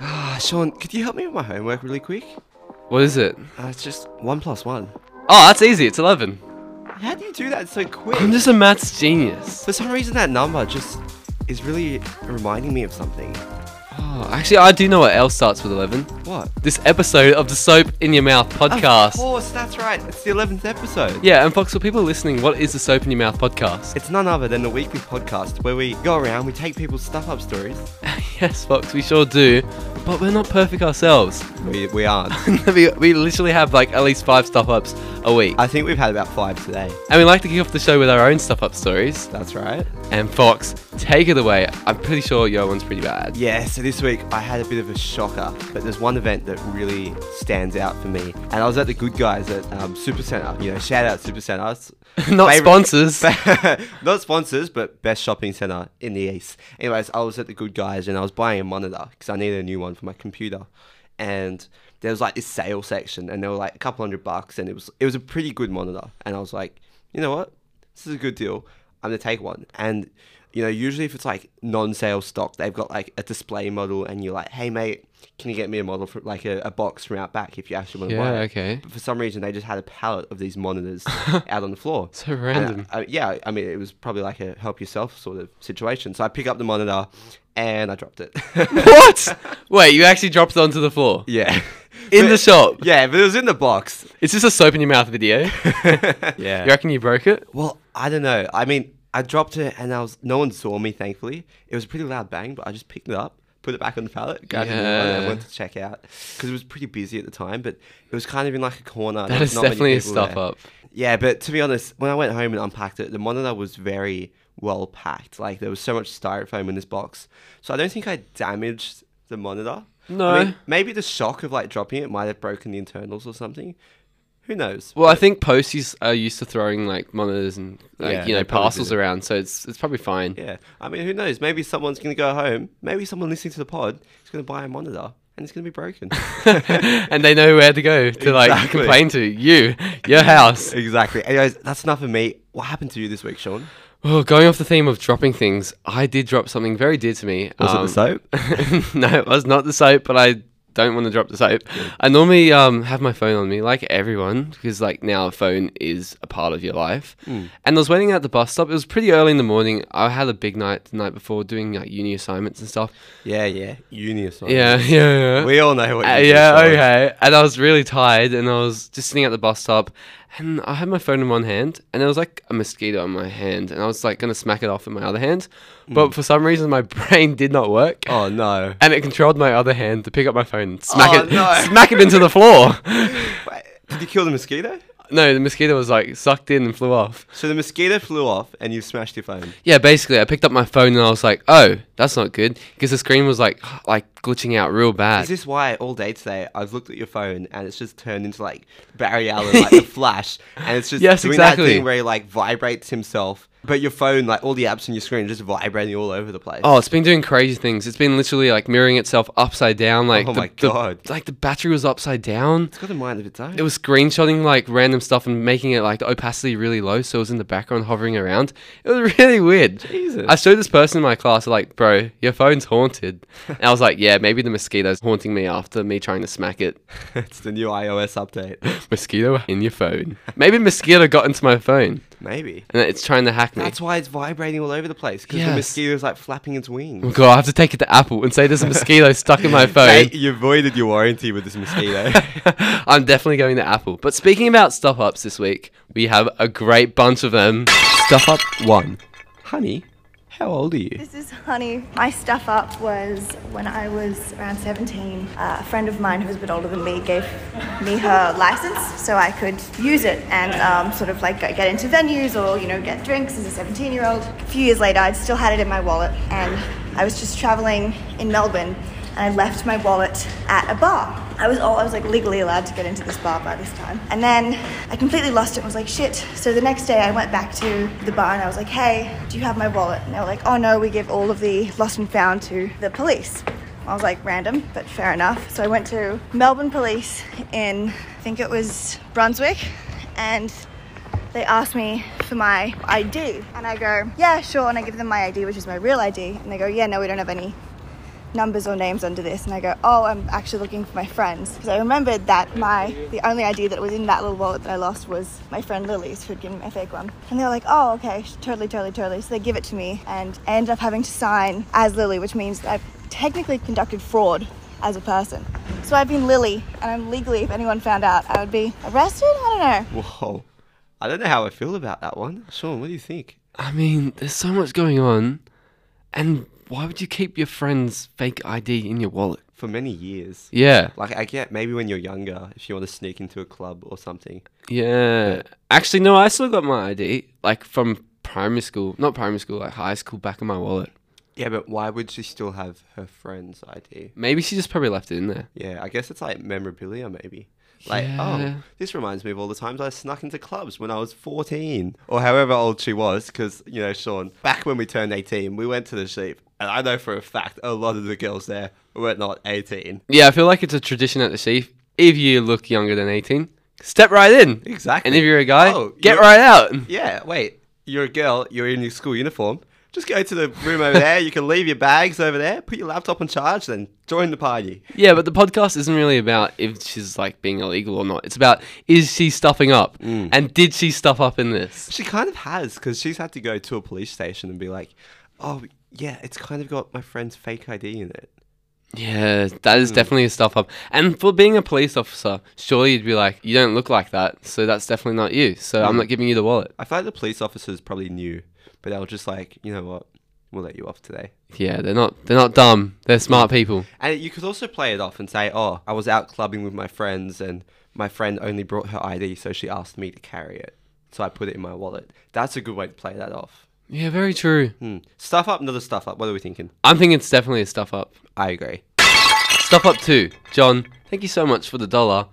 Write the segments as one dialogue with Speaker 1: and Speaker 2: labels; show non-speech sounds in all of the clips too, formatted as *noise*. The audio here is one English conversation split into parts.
Speaker 1: Ah, Sean, could you help me with my homework really quick?
Speaker 2: What is it?
Speaker 1: Uh, it's just one plus one.
Speaker 2: Oh, that's easy. It's 11.
Speaker 1: How do you do that so quick?
Speaker 2: I'm just a maths genius.
Speaker 1: For some reason, that number just is really reminding me of something.
Speaker 2: Oh, actually, I do know what else starts with 11.
Speaker 1: What?
Speaker 2: This episode of the Soap in Your Mouth
Speaker 1: Of
Speaker 2: podcast.
Speaker 1: course, that's right. It's the eleventh episode.
Speaker 2: Yeah, and folks, for people listening, what is the Soap in Your Mouth podcast?
Speaker 1: It's none other than the weekly podcast where we go around, we take people's stuff up stories.
Speaker 2: *laughs* yes, folks, we sure do. But we're not perfect ourselves. *laughs*
Speaker 1: We, we aren't.
Speaker 2: we, we literally have like at least five stuff ups a week.
Speaker 1: I think we've had about five today.
Speaker 2: And we like to kick off the show with our own stuff up stories.
Speaker 1: That's right.
Speaker 2: And Fox, take it away. I'm pretty sure your one's pretty bad.
Speaker 1: Yeah, so this week I had a bit of a shocker, but there's one event that really stands out for me. And I was at the Good Guys at um, Super Center. You know, shout out Super Center. It's
Speaker 2: *laughs* not
Speaker 1: favorite- *laughs*
Speaker 2: sponsors.
Speaker 1: Not sponsors, but best shopping center in the east. Anyways, I was at the Good Guys and I was buying a monitor because I needed a new one for my computer. And there was like this sale section, and they were like a couple hundred bucks, and it was it was a pretty good monitor. And I was like, you know what, this is a good deal. I'm gonna take one. And you know, usually if it's like non-sale stock, they've got like a display model, and you're like, hey mate, can you get me a model for like a, a box from out back if you actually want to buy
Speaker 2: Yeah,
Speaker 1: it?
Speaker 2: okay. *laughs*
Speaker 1: But for some reason, they just had a pallet of these monitors out on the floor.
Speaker 2: So
Speaker 1: And,
Speaker 2: random.
Speaker 1: uh, yeah, I mean, it was probably like a help yourself sort of situation. So I pick up the monitor and I dropped it.
Speaker 2: *laughs* what? Wait, you actually dropped it onto the floor.
Speaker 1: *laughs* yeah.
Speaker 2: In
Speaker 1: But-
Speaker 2: the shop.
Speaker 1: Yeah, but it was in the
Speaker 2: *laughs*
Speaker 1: box.
Speaker 2: Is this a soap in your mouth video? *laughs* You
Speaker 1: yeah.
Speaker 2: reckon you broke it?
Speaker 1: *laughs* Well, I don't know. I mean, I dropped it and I was no one saw me, thankfully. It was a pretty loud bang, but I just picked it up, put it back on the pallet, grabbed it, and I
Speaker 2: Yeah.
Speaker 1: went to check out because it was pretty busy at the time. But it was kind of in like a corner.
Speaker 2: That is definitely a stuff up.
Speaker 1: Yeah, but to be honest, when I went home and unpacked it, the monitor was very well packed. Like there was so much styrofoam in this box, so I don't think I damaged the monitor. I
Speaker 2: No.
Speaker 1: mean, maybe the shock of like dropping it might have broken the internals or something. Who knows?
Speaker 2: Well, I think posties are used to throwing like monitors and like
Speaker 1: Yeah,
Speaker 2: you
Speaker 1: they
Speaker 2: know
Speaker 1: probably
Speaker 2: parcels
Speaker 1: do.
Speaker 2: around, so it's it's probably fine.
Speaker 1: Yeah, I mean, who knows? Maybe someone's gonna go home. Maybe someone listening to the pod is gonna buy a monitor and it's gonna be broken.
Speaker 2: *laughs* and they know where to go to like
Speaker 1: Exactly.
Speaker 2: complain to you, your
Speaker 1: *laughs*
Speaker 2: house.
Speaker 1: exactly. Anyways, that's enough of me. What happened to you this week, Sean?
Speaker 2: Well, going off the theme of dropping things, I did drop something very dear to me. Um,
Speaker 1: Was it the soap?
Speaker 2: soap? *laughs* no, it was not the soap, but I don't want to drop the soap. I normally um, have my phone on me, like everyone, because like now a phone is a part of your life. And I was waiting at the bus stop. It was pretty early in the morning. I had a big night the night before doing like uni assignments and stuff.
Speaker 1: Yeah, yeah. Uni or something.
Speaker 2: Yeah, *laughs* yeah, yeah.
Speaker 1: We all know what.
Speaker 2: Uh,
Speaker 1: uni
Speaker 2: yeah,
Speaker 1: is.
Speaker 2: okay. And I was really tired, and I was just sitting at the bus stop, and I had my phone in one hand, and there was like a mosquito on my hand, and I was like gonna smack it off in my other hand, but for some reason my *laughs* brain did not work,
Speaker 1: Oh no.
Speaker 2: and it controlled my other hand to pick up my phone, and smack
Speaker 1: Oh,
Speaker 2: it,
Speaker 1: no.
Speaker 2: *laughs* smack it into
Speaker 1: *laughs*
Speaker 2: the floor.
Speaker 1: Wait, Did you kill the mosquito?
Speaker 2: no, the mosquito was like sucked in and flew off.
Speaker 1: So the mosquito flew off and you smashed your phone.
Speaker 2: Yeah, basically, I picked up my phone and I was like, "Oh, that's not good," because the screen was like, *gasps* like glitching out real bad.
Speaker 1: Is this why all day today I've looked at your phone and it's just turned into like Barry Allen, like *laughs* the Flash, and it's just
Speaker 2: Yes,
Speaker 1: doing that
Speaker 2: exactly.
Speaker 1: thing where he like vibrates himself, but your phone, like all the apps on your screen, are just vibrating all over the place.
Speaker 2: Oh, it's been doing crazy things. It's been literally like mirroring itself upside down. Like
Speaker 1: Oh
Speaker 2: the,
Speaker 1: my
Speaker 2: the-
Speaker 1: God.
Speaker 2: like the battery was upside down.
Speaker 1: it's got a mind of its own.
Speaker 2: It was screenshotting like random stuff and making it like the opacity really low, so it was in the background hovering around. It was really weird.
Speaker 1: Jesus.
Speaker 2: I showed this person in my class like, bro, your phone's haunted. and I was like, yeah, maybe the mosquito's haunting me after me trying to smack it.
Speaker 1: *laughs*
Speaker 2: *laughs*
Speaker 1: it's the new iOS *laughs* update.
Speaker 2: Mosquito in your phone. Maybe mosquito got into my phone
Speaker 1: Maybe.
Speaker 2: and it's trying to hack me.
Speaker 1: That's why it's vibrating all over the place because the
Speaker 2: Yes.
Speaker 1: mosquito's like flapping its wings.
Speaker 2: Oh God, I have to take it to Apple and say there's
Speaker 1: *laughs*
Speaker 2: a mosquito stuck in my phone.
Speaker 1: Mate, you voided your warranty with this mosquito.
Speaker 2: *laughs*
Speaker 1: *laughs*
Speaker 2: I'm definitely going to Apple. But speaking about stuff ups this week, we have a great bunch of them.
Speaker 1: Stuff up one. Honey, how old are you?
Speaker 3: This is Honey. My stuff up was when I was around 17. Uh, a friend of mine who was a bit older than me gave me her license so I could use it and um, sort of like go- get into venues or, you know, get drinks as a 17 year old. A few years later, I'd still had it in my wallet and I was just traveling in Melbourne and I left my wallet at a bar. I was all I was like legally allowed to get into this bar by this time. And then I completely lost it and was like, shit. So the next day I went back to the bar and I was like, hey, do you have my wallet? And they were like, oh no, we give all of the lost and found to the police. I was like, random, but fair enough. So I went to Melbourne Police in, I think it was Brunswick, and they asked me for my ID. And I go, yeah, sure. And I give them my ID, which is my real ID. And they go, yeah, no, we don't have any numbers or names under this and I go, oh, I'm actually looking for my friends. Because I remembered that my, the only ID that was in that little wallet that I lost was my friend Lily's who'd given me a fake one. And they were like, oh, okay, sh- totally, totally, totally. So they give it to me and I ended up having to sign as Lily, which means that I've technically conducted fraud as a person. So I've been Lily and I'm legally, if anyone found out, I would be arrested? I don't know.
Speaker 1: Whoa. I don't know how I feel about that one. Sean, what do you think?
Speaker 2: I mean, there's so much going on, and why would you keep your friend's fake ID in your wallet?
Speaker 1: For many years.
Speaker 2: Yeah,
Speaker 1: Like, I get maybe when you're younger, if you want to sneak into a club or something.
Speaker 2: yeah. Actually, no, I still got my ID, like from primary school, not primary school, like high school, back in my wallet.
Speaker 1: Yeah, but why would she still have her friend's ID?
Speaker 2: Maybe she just probably left it in there.
Speaker 1: Yeah, I guess it's like memorabilia, maybe. Like,
Speaker 2: Yeah.
Speaker 1: oh, this reminds me of all the times I snuck into clubs when I was 14 or however old she was. Because, you know, Sean, back when we turned 18, we went to the sheep. And I know for a fact a lot of the girls there were not 18.
Speaker 2: Yeah, I feel like it's a tradition at the Sheaf. If you look younger than 18, step right in.
Speaker 1: Exactly.
Speaker 2: And if you're a guy,
Speaker 1: Oh,
Speaker 2: get
Speaker 1: you're-
Speaker 2: right *laughs* out.
Speaker 1: Yeah, wait, you're a girl, you're in your school uniform. Just go to the room over there. You can leave your bags over there, put your laptop on charge, then join the party.
Speaker 2: Yeah, but the podcast isn't really about if she's like being illegal or not. It's about is she stuffing up? And did she stuff up in this?
Speaker 1: She kind of has because she's had to go to a police station and be like, "Oh, yeah, it's kind of got my friend's fake ID in it."
Speaker 2: Yeah, that
Speaker 1: Hmm.
Speaker 2: is definitely a stuff up. And for being a police officer, surely you'd be like, you don't look like that. So that's definitely not you. So
Speaker 1: Hmm.
Speaker 2: I'm not giving you the wallet.
Speaker 1: I feel like the police officers probably knew, but they were just like, "You know what? We'll let you off today."
Speaker 2: Yeah, they're not they're not dumb. They're smart people.
Speaker 1: And you could also play it off and say, "Oh, I was out clubbing with my friends, and my friend only brought her ID, so she asked me to carry it, so I put it in my wallet." That's a good way to play that off.
Speaker 2: Yeah, very true.
Speaker 1: Hmm. Stuff up, another stuff up. What are we thinking?
Speaker 2: I'm thinking it's definitely a stuff up.
Speaker 1: I agree.
Speaker 2: Stuff up too. John, thank you so much for the dollar.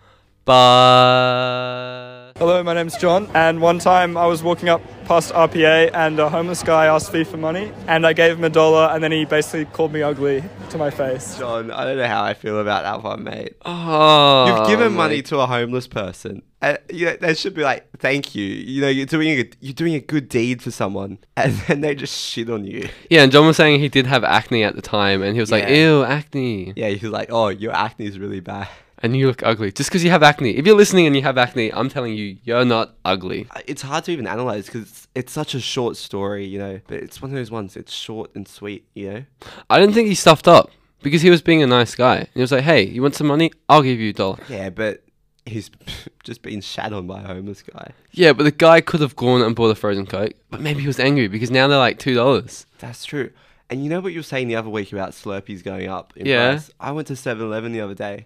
Speaker 2: But
Speaker 4: Hello, my name's John, and one time I was walking up past RPA and a homeless guy asked me for money, and I gave him a dollar, and then he basically called me ugly to my face.
Speaker 1: John, I don't know how I feel about that one, mate.
Speaker 2: oh,
Speaker 1: You've given
Speaker 2: my
Speaker 1: money to a homeless person. And, you know, they should be like, "Thank you." You know, you're doing a you're doing a good deed for someone, *laughs* and then they just shit on you.
Speaker 2: Yeah, and John was saying he did have acne at the time, and he was like,
Speaker 1: Yeah.
Speaker 2: "Ew, acne,"
Speaker 1: Yeah, you're like, "Oh, your acne is really bad."
Speaker 2: and you look ugly just because you have acne. If you're listening and you have acne, I'm telling you, you're not ugly.
Speaker 1: Uh, It's hard to even analyze because it's, it's such a short story, you know. But it's one of those ones. It's short and sweet, you know.
Speaker 2: I didn't think he stuffed up because he was being a nice guy. And he was like, "Hey, you want some money? I'll give you a dollar."
Speaker 1: Yeah, but he's *laughs* just been shat on by a homeless guy.
Speaker 2: Yeah, but the guy could have gone and bought a frozen coke, but maybe he was angry because now they're like two dollars.
Speaker 1: That's true. And you know what you were saying the other week about Slurpees going up in
Speaker 2: Yeah.
Speaker 1: price? I went to 7-Eleven the other day,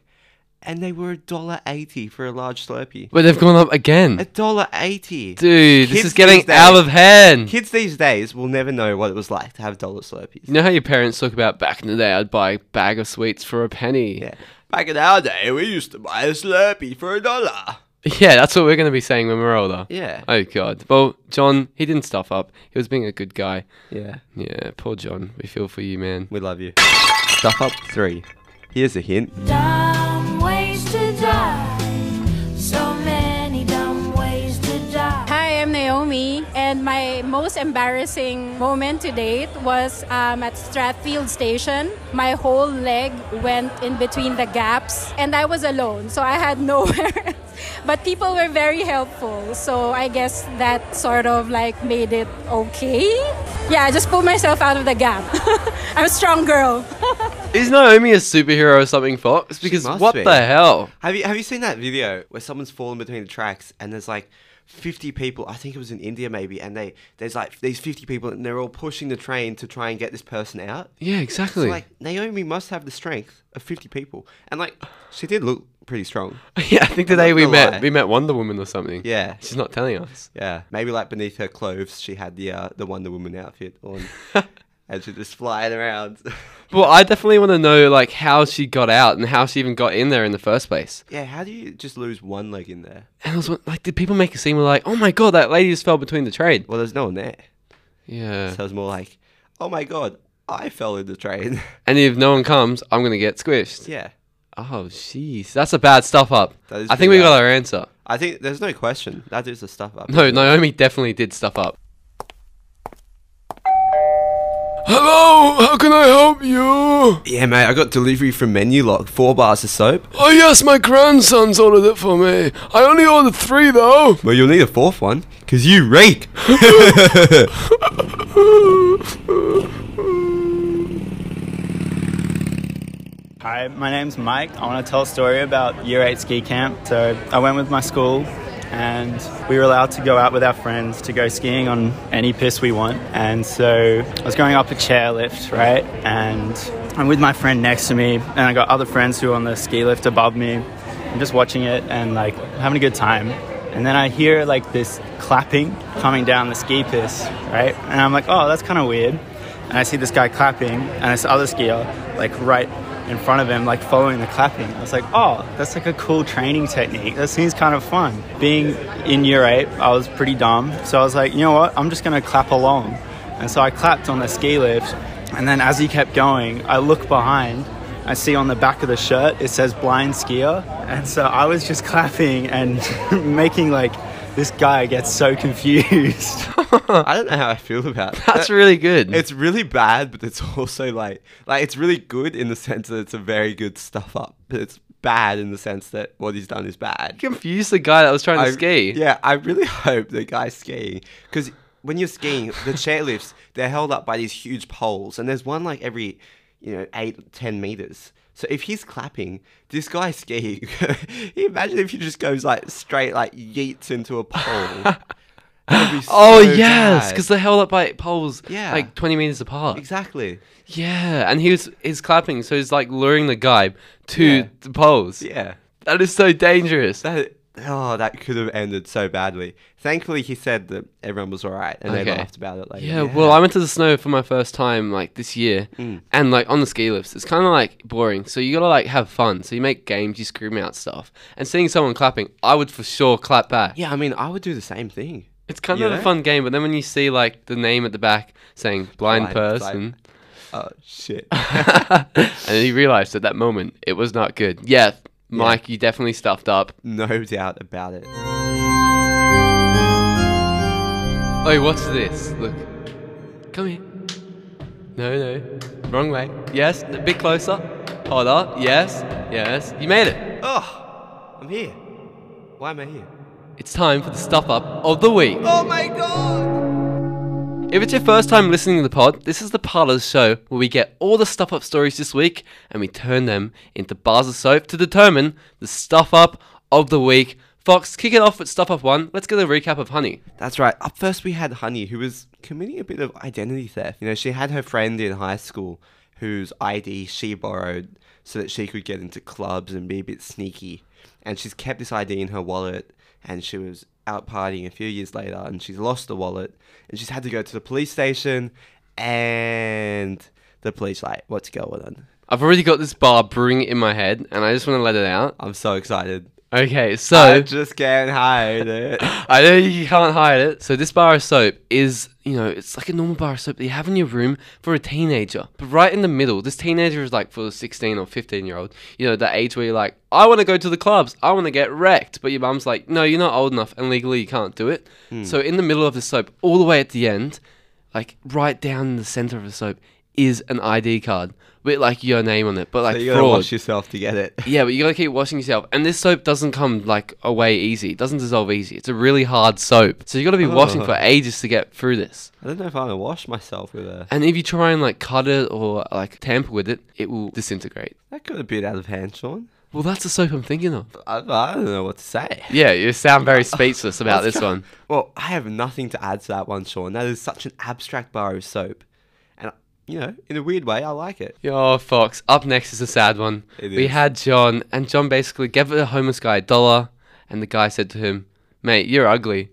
Speaker 1: and they were a dollar eighty for a large Slurpee.
Speaker 2: But they've gone up
Speaker 1: A
Speaker 2: again,
Speaker 1: dollar eighty.
Speaker 2: dude. This
Speaker 1: Kids
Speaker 2: is getting
Speaker 1: these days-
Speaker 2: out of hand.
Speaker 1: Kids these days will never know what it was like to have dollar Slurpees.
Speaker 2: You know how your parents talk about back in the day, I'd buy a bag of sweets for a penny.
Speaker 1: Yeah. Back in our day, we used to buy a Slurpee for a dollar.
Speaker 2: *laughs* Yeah, that's what we're going to be saying when we're older.
Speaker 1: Yeah.
Speaker 2: Oh, God. Well, John, he didn't stuff up. He was being a good guy.
Speaker 1: Yeah.
Speaker 2: Yeah, poor John. We feel for you, man.
Speaker 1: We love you. Stuff up three. Here's a hint.
Speaker 5: Dumb ways to die. So many dumb ways to die.
Speaker 6: Hi, I'm Naomi, and my most embarrassing moment to date was um, at Strathfield Station. My whole leg went in between the gaps, and I was alone, so I had *laughs* nowhere. else. but people were very helpful, so I guess that sort of like made it okay. Yeah, I just pulled myself out of the gap. *laughs* I'm a strong girl.
Speaker 2: Is Naomi a superhero or something, Fox? Because
Speaker 1: must
Speaker 2: what
Speaker 1: be.
Speaker 2: the hell?
Speaker 1: Have you have you seen that video where someone's fallen between the tracks and there's like 50 people, I think it was in India maybe, and they there's like these 50 people and they're all pushing the train to try and get this person out?
Speaker 2: Yeah,
Speaker 1: So
Speaker 2: exactly.
Speaker 1: like Naomi must have the strength of 50 people. And like she did look pretty strong.
Speaker 2: *laughs* yeah, I think the
Speaker 1: I'm not
Speaker 2: day we
Speaker 1: gonna
Speaker 2: met,
Speaker 1: lie.
Speaker 2: we met Wonder Woman or something.
Speaker 1: Yeah.
Speaker 2: She's not telling us.
Speaker 1: Yeah, maybe like beneath her clothes, she had the uh, the Wonder Woman outfit on, and she just flying around. *laughs*
Speaker 2: Well, I definitely want to know, like, how she got out and how she even got in there in the first place.
Speaker 1: yeah, how do you just lose one leg in there?
Speaker 2: And I was won- like, did people make a scene where, like, oh my god, that lady just fell between the trade?
Speaker 1: Well, there's no one there.
Speaker 2: Yeah.
Speaker 1: So it's more like, oh my god, I fell in the train. *laughs*
Speaker 2: And if no one comes, I'm gonna get squished.
Speaker 1: yeah,
Speaker 2: Oh, jeez, that's a bad stuff up.
Speaker 1: That is
Speaker 2: I think we
Speaker 1: pretty
Speaker 2: got
Speaker 1: bad.
Speaker 2: our answer.
Speaker 1: I think there's no question that is a stuff up.
Speaker 2: No, Naomi definitely did stuff up. Hello, how can I help you?
Speaker 1: *laughs* Yeah, mate, I got delivery from Menu Lock, four bars of soap. *laughs*
Speaker 2: Oh, yes, my grandson's ordered it for me. I only ordered three, though.
Speaker 1: Well, you'll need a fourth one, because you reek.
Speaker 7: Hi, my name's Mike. I want to tell a story about Year 8 ski camp. So I went with my school and we were allowed to go out with our friends to go skiing on any piss we want. And so I was going up a chairlift, right? And I'm with my friend next to me and I got other friends who are on the ski lift above me. I'm just watching it and like having a good time. And then I hear like this clapping coming down the ski piss, right? And I'm like, oh, that's kind of weird. And I see this guy clapping and this other skier like right in front of him, like following the clapping. I was like, oh, that's like a cool training technique. That seems kind of fun. Being in year eight, I was pretty dumb. So I was like, you know what? I'm just going to clap along. And so I clapped on the ski lift. And then as he kept going, I look behind I see on the back of the shirt it says blind skier. And so I was just *laughs* clapping and making like this guy gets so *laughs* confused.
Speaker 1: *laughs* I don't know how I feel *laughs* about that.
Speaker 2: That's really good.
Speaker 1: It's really bad, but it's also like like it's really good in the sense that it's a very good stuff up, but it's bad in the sense that what he's done is bad.
Speaker 2: confused the guy that was trying
Speaker 1: I-
Speaker 2: to ski.
Speaker 1: Yeah, I really *laughs* hope the guy's skiing because when you're skiing,
Speaker 2: *laughs*
Speaker 1: the chairlifts they're held up by these huge poles, and there's one like every you know eight ten meters. So if he's clapping, this guy skiing. *laughs* imagine if he just goes like straight like yeets into a pole. That'd be
Speaker 2: *laughs* Oh,
Speaker 1: so
Speaker 2: yes,
Speaker 1: bad.
Speaker 2: because they're held up by poles
Speaker 1: Yeah.
Speaker 2: like 20 meters apart.
Speaker 1: exactly.
Speaker 2: Yeah, and he was he's clapping, so he's like luring the guy to the poles.
Speaker 1: Yeah.
Speaker 2: That is so dangerous.
Speaker 1: That oh, that could have ended so badly. Thankfully, he said that everyone was all right, and they
Speaker 2: Okay.
Speaker 1: laughed about it later.
Speaker 2: yeah, well, I went to the snow for my first time like this year,
Speaker 1: Mm.
Speaker 2: and like on the ski lifts, it's kind of like boring. So you gotta like have fun. So you make games, you scream out stuff, and seeing someone clapping, I would for sure clap back.
Speaker 1: yeah. I mean, I would do the same thing.
Speaker 2: It's kind
Speaker 1: You
Speaker 2: of
Speaker 1: know?
Speaker 2: a fun game, but then when you see like the name at the back saying
Speaker 1: Blind,
Speaker 2: blind, person,
Speaker 1: Oh *laughs* shit!
Speaker 2: and you realized at that moment it was not good. Yeah, Mike, you definitely stuffed up.
Speaker 1: no *laughs* doubt about it.
Speaker 2: Oh, what's this? Look. Come here. No, no. Wrong way. Yes, a bit closer. Hold up. Yes, yes. You made it.
Speaker 1: Oh, I'm here. Why am I here?
Speaker 2: It's time for the stuff up of the week.
Speaker 1: Oh my god!
Speaker 2: If it's your first time listening to the pod, this is the part of the show where we get all the stuff up stories this week and we turn them into bars of soap to determine the stuff up of the week. Fox, kick it off with stuff up one. Let's get a recap of Honey.
Speaker 1: That's right. Up first, we had Honey, who was committing a bit of identity theft. You know, she had her friend in high school whose ID she borrowed so that she could get into clubs and be a bit sneaky. And she's kept this ID in her wallet, and she was out partying a few years later, and she's lost the wallet, and she's had to go to the police station, and the police like, "What's going on?"
Speaker 2: I've already got this bar brewing in my head and I just want to let it out.
Speaker 1: I'm so excited.
Speaker 2: Okay, so.
Speaker 1: I just can't hide
Speaker 2: *laughs*
Speaker 1: it.
Speaker 2: I know you can't hide it. So this bar of soap is, you know, it's like a normal bar of soap that you have in your room for a teenager. But right in the middle, this teenager is like for a 16 or 15 year old. You know, the age where you're like, I want to go to the clubs. I want to get wrecked. But your mum's like, no, you're not old enough and legally you can't do it.
Speaker 1: Hmm.
Speaker 2: So in the middle of the soap, all the way at the end, like right down in the center of the soap is an ID card with like your name on it. But like
Speaker 1: you gotta
Speaker 2: fraud.
Speaker 1: wash yourself to get it.
Speaker 2: Yeah, but you gotta keep washing yourself. And this soap doesn't come like away easy. It doesn't dissolve easy. It's a really hard soap. So you gotta be washing
Speaker 1: *laughs*
Speaker 2: for ages to get through this.
Speaker 1: I don't know if I'm gonna wash myself with a.
Speaker 2: And if you try and like cut it or like tamper with it, it will disintegrate.
Speaker 1: That got a bit out of hand, Sean.
Speaker 2: Well, that's the soap I'm thinking of.
Speaker 1: I, I don't know what to say.
Speaker 2: Yeah, you sound
Speaker 1: *laughs*
Speaker 2: very speechless about this one.
Speaker 1: Well, I have nothing to add to that one, Sean. That is such an abstract bar of soap. And, you know, in a weird way, I like it.
Speaker 2: Yo, Fox. Up next is a sad one.
Speaker 1: It
Speaker 2: we
Speaker 1: is.
Speaker 2: had John, and John basically gave the homeless guy a dollar, and the guy said to him, "Mate, you're ugly,"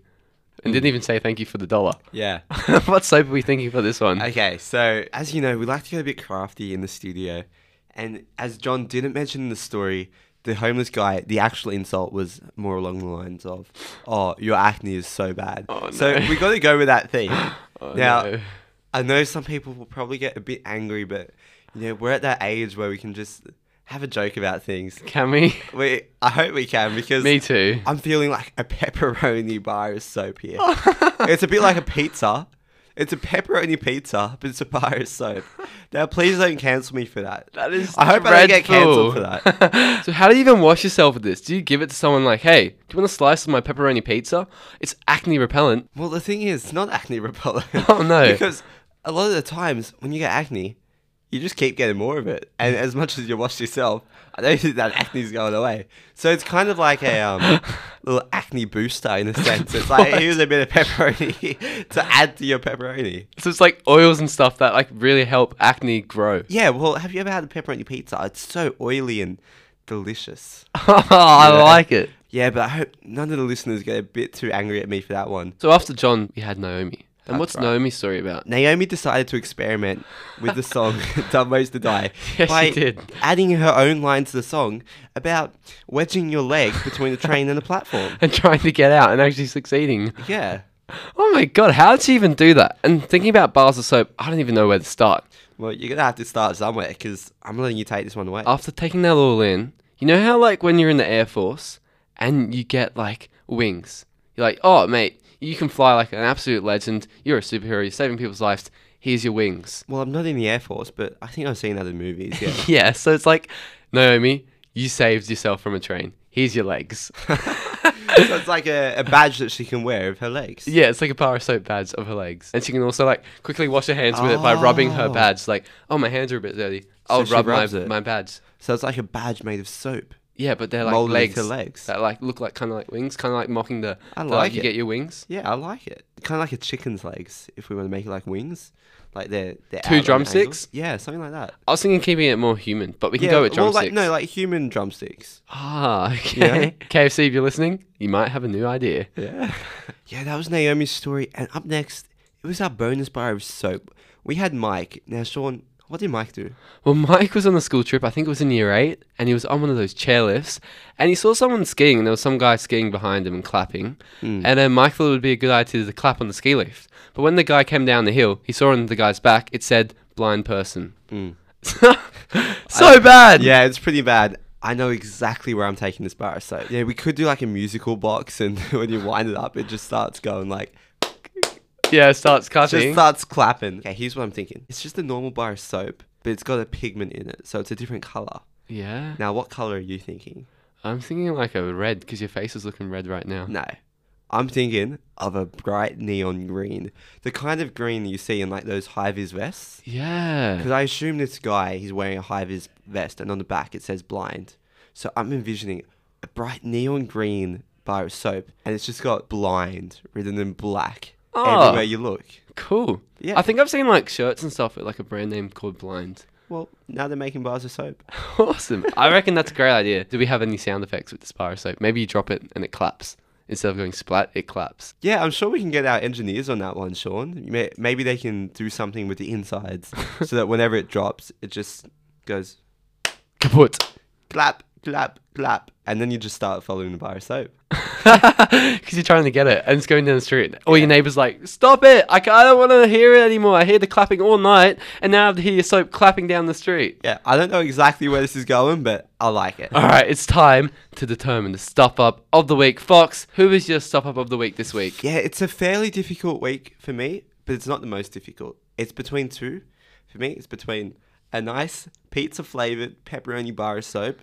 Speaker 2: and didn't even say thank you for the dollar. *laughs*
Speaker 1: Yeah.
Speaker 2: what soap are we thinking for this one?
Speaker 1: Okay, so as you know, we like to get a bit crafty in the studio. And as John didn't mention in the story, the homeless guy, the actual insult was more along the lines of, "Oh, your acne is so bad." So
Speaker 2: Oh, no. Oh,
Speaker 1: we got to go with that
Speaker 2: *gasps*
Speaker 1: theme. now,
Speaker 2: no.
Speaker 1: I know some people will probably get a bit angry, but you know we're at that age where we can just have a joke about things.
Speaker 2: Can we?
Speaker 1: *laughs* We, I hope we can because
Speaker 2: Me too.
Speaker 1: *laughs*
Speaker 2: *laughs*
Speaker 1: I'm feeling like a pepperoni bar of soap here. it's a bit like a pizza. It's a pepperoni pizza, but it's a bar of soap. Now, please don't cancel me for that.
Speaker 2: That is
Speaker 1: I hope I don't get cancelled for
Speaker 2: dreadful. *laughs*
Speaker 1: that.
Speaker 2: so how do you even wash yourself with this? Do you give it to someone like, hey, do you want a slice of my pepperoni pizza? It's acne repellent.
Speaker 1: Well, the thing is, it's not acne repellent.
Speaker 2: Oh,
Speaker 1: *laughs*
Speaker 2: no.
Speaker 1: Because a lot of the times when you get acne, you just keep getting more of it, and as much as you wash yourself, I don't think that acne's going away. So it's kind of like a
Speaker 2: *laughs*
Speaker 1: um, little acne booster in a
Speaker 2: Oh
Speaker 1: sense. It's like here's a bit of pepperoni *laughs* to add to your pepperoni.
Speaker 2: So it's like oils and stuff that like really help
Speaker 1: *laughs*
Speaker 2: acne grow.
Speaker 1: Yeah, well, have you ever had a pepperoni pizza? It's so oily and delicious.
Speaker 2: I like it.
Speaker 1: Yeah, but I hope none of the listeners get a bit too angry at me for that one.
Speaker 2: So after John, we had Naomi. And
Speaker 1: That's
Speaker 2: what's
Speaker 1: right.
Speaker 2: Naomi's story about?
Speaker 1: Naomi decided to experiment with the song
Speaker 2: *laughs*
Speaker 1: *laughs* Dumbos to Die
Speaker 2: Yes, she
Speaker 1: by
Speaker 2: did.
Speaker 1: adding her own line to the song about wedging your leg between the train and the
Speaker 2: *laughs*
Speaker 1: platform.
Speaker 2: And trying to get out and actually succeeding.
Speaker 1: Yeah.
Speaker 2: Oh my god, how did she even do that? And thinking about bars of soap, I don't even know where to start.
Speaker 1: Well, you're going to have to start somewhere because I'm letting you take this one away.
Speaker 2: After taking that all in, you know how like when you're in the Air Force and you get like wings? You're like, oh mate, you can fly like an absolute legend, you're a superhero, you're saving people's lives, here's your wings. *laughs*
Speaker 1: well, I'm not in the Air Force, but I think I've seen that in movies. Yeah.
Speaker 2: Yeah, so it's like, Naomi, you saved yourself from a train. Here's
Speaker 1: *laughs*
Speaker 2: your legs.
Speaker 1: so it's like a, a badge that she can wear of her legs.
Speaker 2: Yeah, it's like a bar of soap badge of her legs. And she can also like quickly wash her hands with it by rubbing her
Speaker 1: Oh.
Speaker 2: badge. Like, oh my hands are a bit dirty. I'll
Speaker 1: she
Speaker 2: rub my,
Speaker 1: rubs it.
Speaker 2: my badge.
Speaker 1: So it's like a badge made of soap.
Speaker 2: Yeah, but they're like
Speaker 1: Molded
Speaker 2: legs,
Speaker 1: into legs.
Speaker 2: that like look like kind of like wings, kind of like mocking the.
Speaker 1: I
Speaker 2: the,
Speaker 1: like
Speaker 2: you
Speaker 1: it.
Speaker 2: get your wings.
Speaker 1: Yeah, I like it. Kind of like a chicken's legs, if we want to make it like wings. Like they're, they're
Speaker 2: Two
Speaker 1: out on
Speaker 2: drumsticks?
Speaker 1: angles. Yeah, something like that.
Speaker 2: I was thinking keeping it more human, but we can go with
Speaker 1: well,
Speaker 2: drumsticks.
Speaker 1: like no, like human drumsticks.
Speaker 2: ah, *laughs*
Speaker 1: Yeah.
Speaker 2: okay. KFC, if you're listening, you might have a new idea.
Speaker 1: Yeah. *laughs* yeah, that was Naomi's story. And up next, it was our bonus bar of soap. We had Mike. Now, Sean, what did Mike do?
Speaker 2: Well, Mike was on a school trip, I think it was in year eight, and he was on one of those chairlifts, and he saw someone skiing, and there was some guy skiing behind him and clapping.
Speaker 1: Hmm.
Speaker 2: And then Mike thought it would be a good idea to clap on the ski lift. But when the guy came down the hill, he saw on the guy's back, it said, blind person. *laughs* so bad!
Speaker 1: *laughs* Hmm. Yeah, it's pretty bad. I know exactly where I'm taking this bar of soap. Yeah, we could do like a musical box, *laughs* and when you wind it up, it just starts going like,
Speaker 2: Yeah, starts
Speaker 1: just
Speaker 2: clapping.
Speaker 1: starts clapping. Okay, here's what I'm thinking it's just a normal bar of soap, but it's got a pigment in it, so it's a different color.
Speaker 2: yeah.
Speaker 1: Now, what color are you thinking?
Speaker 2: I'm thinking like a red, because your face is looking red right now.
Speaker 1: No. I'm thinking of a bright neon green. The kind of green you see in like those high vis vests.
Speaker 2: Yeah.
Speaker 1: Because I assume this guy, he's wearing a high vis vest and on the back it says blind. So I'm envisioning a bright neon green bar of soap and it's just got blind written in black
Speaker 2: Ah.
Speaker 1: everywhere you look.
Speaker 2: Cool.
Speaker 1: Yeah.
Speaker 2: I think I've seen like shirts and stuff with like a brand name called Blind.
Speaker 1: Well, now they're making bars of soap.
Speaker 2: Awesome. I reckon that's a great idea. Do we have any sound effects with this pyro soap? Maybe you drop it and it claps. Instead of going splat, it claps.
Speaker 1: Yeah, I'm sure we can get our engineers on that one, Sean. May- Maybe they can do something with the insides so that whenever it drops, it just goes
Speaker 2: Kaput. *laughs*
Speaker 1: clap, clap, clap, and then you just start following the bar of soap.
Speaker 2: Because you're trying to get it and it's going down the street. Or your neighbour's like, stop it. I, ca- I don't want to hear it anymore. I hear the clapping all night and now I have to hear your soap clapping down the street.
Speaker 1: Yeah, I don't know exactly where this is going, but I like it.
Speaker 2: All right, it's time to determine the stuff up of the week. Fox, who is your stuff up of the week this week?
Speaker 1: Yeah, it's a fairly difficult week for me, but it's not the most difficult. It's between two. For me, it's between a nice pizza flavored pepperoni bar of soap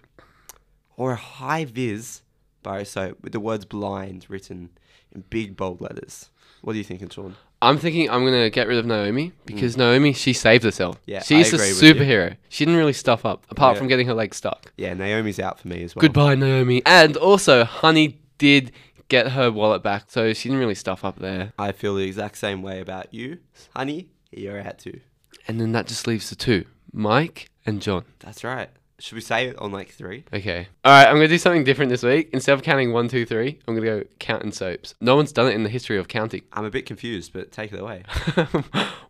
Speaker 1: or a high vis bar of soap with the words blind written in big bold letters. What are you thinking, Sean?
Speaker 2: I'm thinking I'm gonna get rid of Naomi because Naomi she saved herself.
Speaker 1: Hmm. Yeah,
Speaker 2: she's
Speaker 1: I
Speaker 2: the
Speaker 1: agree with you.
Speaker 2: superhero. She didn't really stuff up apart
Speaker 1: Yeah. Oh.
Speaker 2: from getting her leg stuck.
Speaker 1: Yeah, Naomi's out for me as well.
Speaker 2: Goodbye, Naomi. And also, Honey did get her wallet back, so she didn't really stuff up there.
Speaker 1: I feel the exact same way about you. Honey, you're out too.
Speaker 2: And then that just leaves the two Mike and John.
Speaker 1: That's right. Should we say it on like three?
Speaker 2: Okay. All right, I'm going to do something different this week. Instead of counting one, two, three, I'm going to go counting soaps. No one's done it in the history of counting. *laughs*
Speaker 1: I'm a bit confused, but take it away.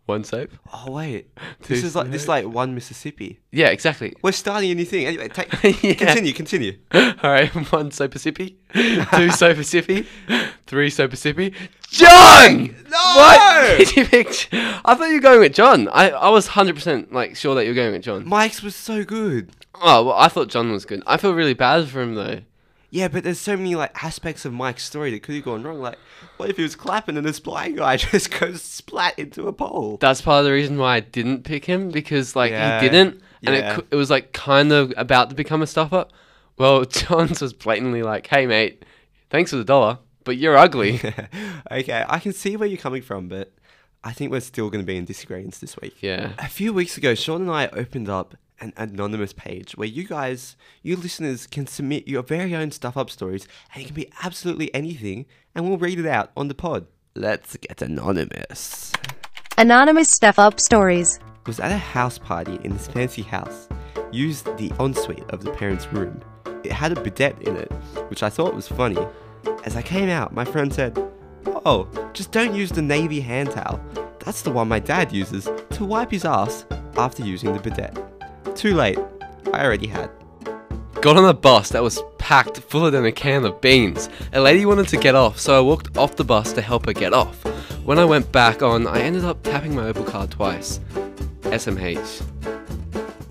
Speaker 2: one soap?
Speaker 1: oh wait, *laughs* this
Speaker 2: Two
Speaker 1: is like this is like one Mississippi.
Speaker 2: Yeah, exactly.
Speaker 1: We're starting a new thing. Anyway, take,
Speaker 2: Yeah.
Speaker 1: continue, continue.
Speaker 2: *laughs* All right, one soap
Speaker 1: *laughs*
Speaker 2: sippy, two soap sippy, three soap sippy. John!
Speaker 1: No!
Speaker 2: What *laughs* did you pick? I thought you were going with John. I, I was 100% like sure that you were going with John.
Speaker 1: Mike's was so good.
Speaker 2: Oh, well, I thought John was good. I feel really bad for him though.
Speaker 1: yeah, but there's so many like aspects of Mike's story that could have gone wrong. Like, what if he was clapping and this blind guy *laughs* just goes splat into a pole?
Speaker 2: That's part of the reason why I didn't pick him because like
Speaker 1: Yeah.
Speaker 2: he didn't, and
Speaker 1: Yeah.
Speaker 2: it cou- it was like kind of about to become a stuff up. Well, *laughs* Johns was blatantly like, "Hey, mate, thanks for the dollar, but you're ugly."
Speaker 1: *laughs* okay, I can see where you're coming from, but I think we're still going to be in disagreements this week.
Speaker 2: Yeah.
Speaker 1: A few weeks ago, Sean and I opened up an anonymous page where you guys, you listeners, can submit your very own stuff up stories, and it can be absolutely anything, and we'll read it out on the pod. Let's get anonymous.
Speaker 8: Anonymous Stuff Up Stories.
Speaker 1: was at a house party in this fancy house, used the ensuite of the parents' room. It had a bidet in it, which I thought was funny. As I came out, my friend said, Oh, just don't use the navy hand towel. That's the one my dad uses to wipe his ass after using the bidet. Too late. I already had.
Speaker 2: Got on a bus that was packed fuller than a can of beans. A lady wanted to get off, so I walked off the bus to help her get off. When I went back on, I ended up tapping my Opal card twice. SMH.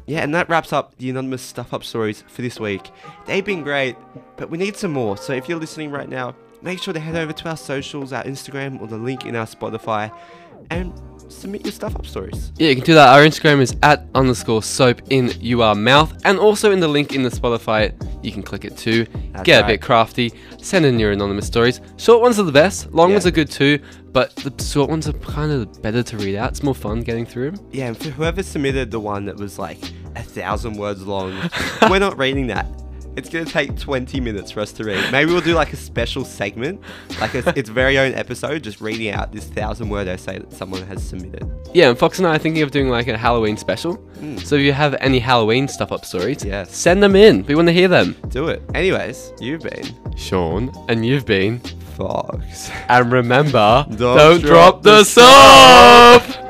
Speaker 1: Yeah, and that wraps up the anonymous stuff up stories for this week. They've been great, but we need some more. So if you're listening right now, make sure to head over to our socials, our Instagram, or the link in our Spotify, and submit your stuff up stories.
Speaker 2: Yeah, you can do that. Our Instagram is at underscore soap in UR mouth, and also in the link in the Spotify, you can click it too.
Speaker 1: That's
Speaker 2: Get a
Speaker 1: right.
Speaker 2: bit crafty. Send in your anonymous stories. Short ones are the best. Long
Speaker 1: Yeah.
Speaker 2: ones are good too, but the short ones are kind of better to read out. It's more fun getting through them.
Speaker 1: Yeah, and for whoever submitted the one that was like a thousand words long, we're not reading that. It's gonna take 20 minutes for us to read. Maybe we'll do like a special segment, like a, its very own episode, just reading out this thousand word essay that someone has submitted.
Speaker 2: Yeah, and Fox and I are thinking of doing like a Halloween special. So if you have any Halloween stuff up stories,
Speaker 1: Hmm. Yes.
Speaker 2: send them in. We want to hear them.
Speaker 1: Do it. Anyways, you've been
Speaker 2: Sean, and you've been.
Speaker 1: Fox. *laughs*
Speaker 2: And remember,
Speaker 1: Don't
Speaker 2: don't,
Speaker 1: drop
Speaker 2: drop
Speaker 1: the
Speaker 2: the soap!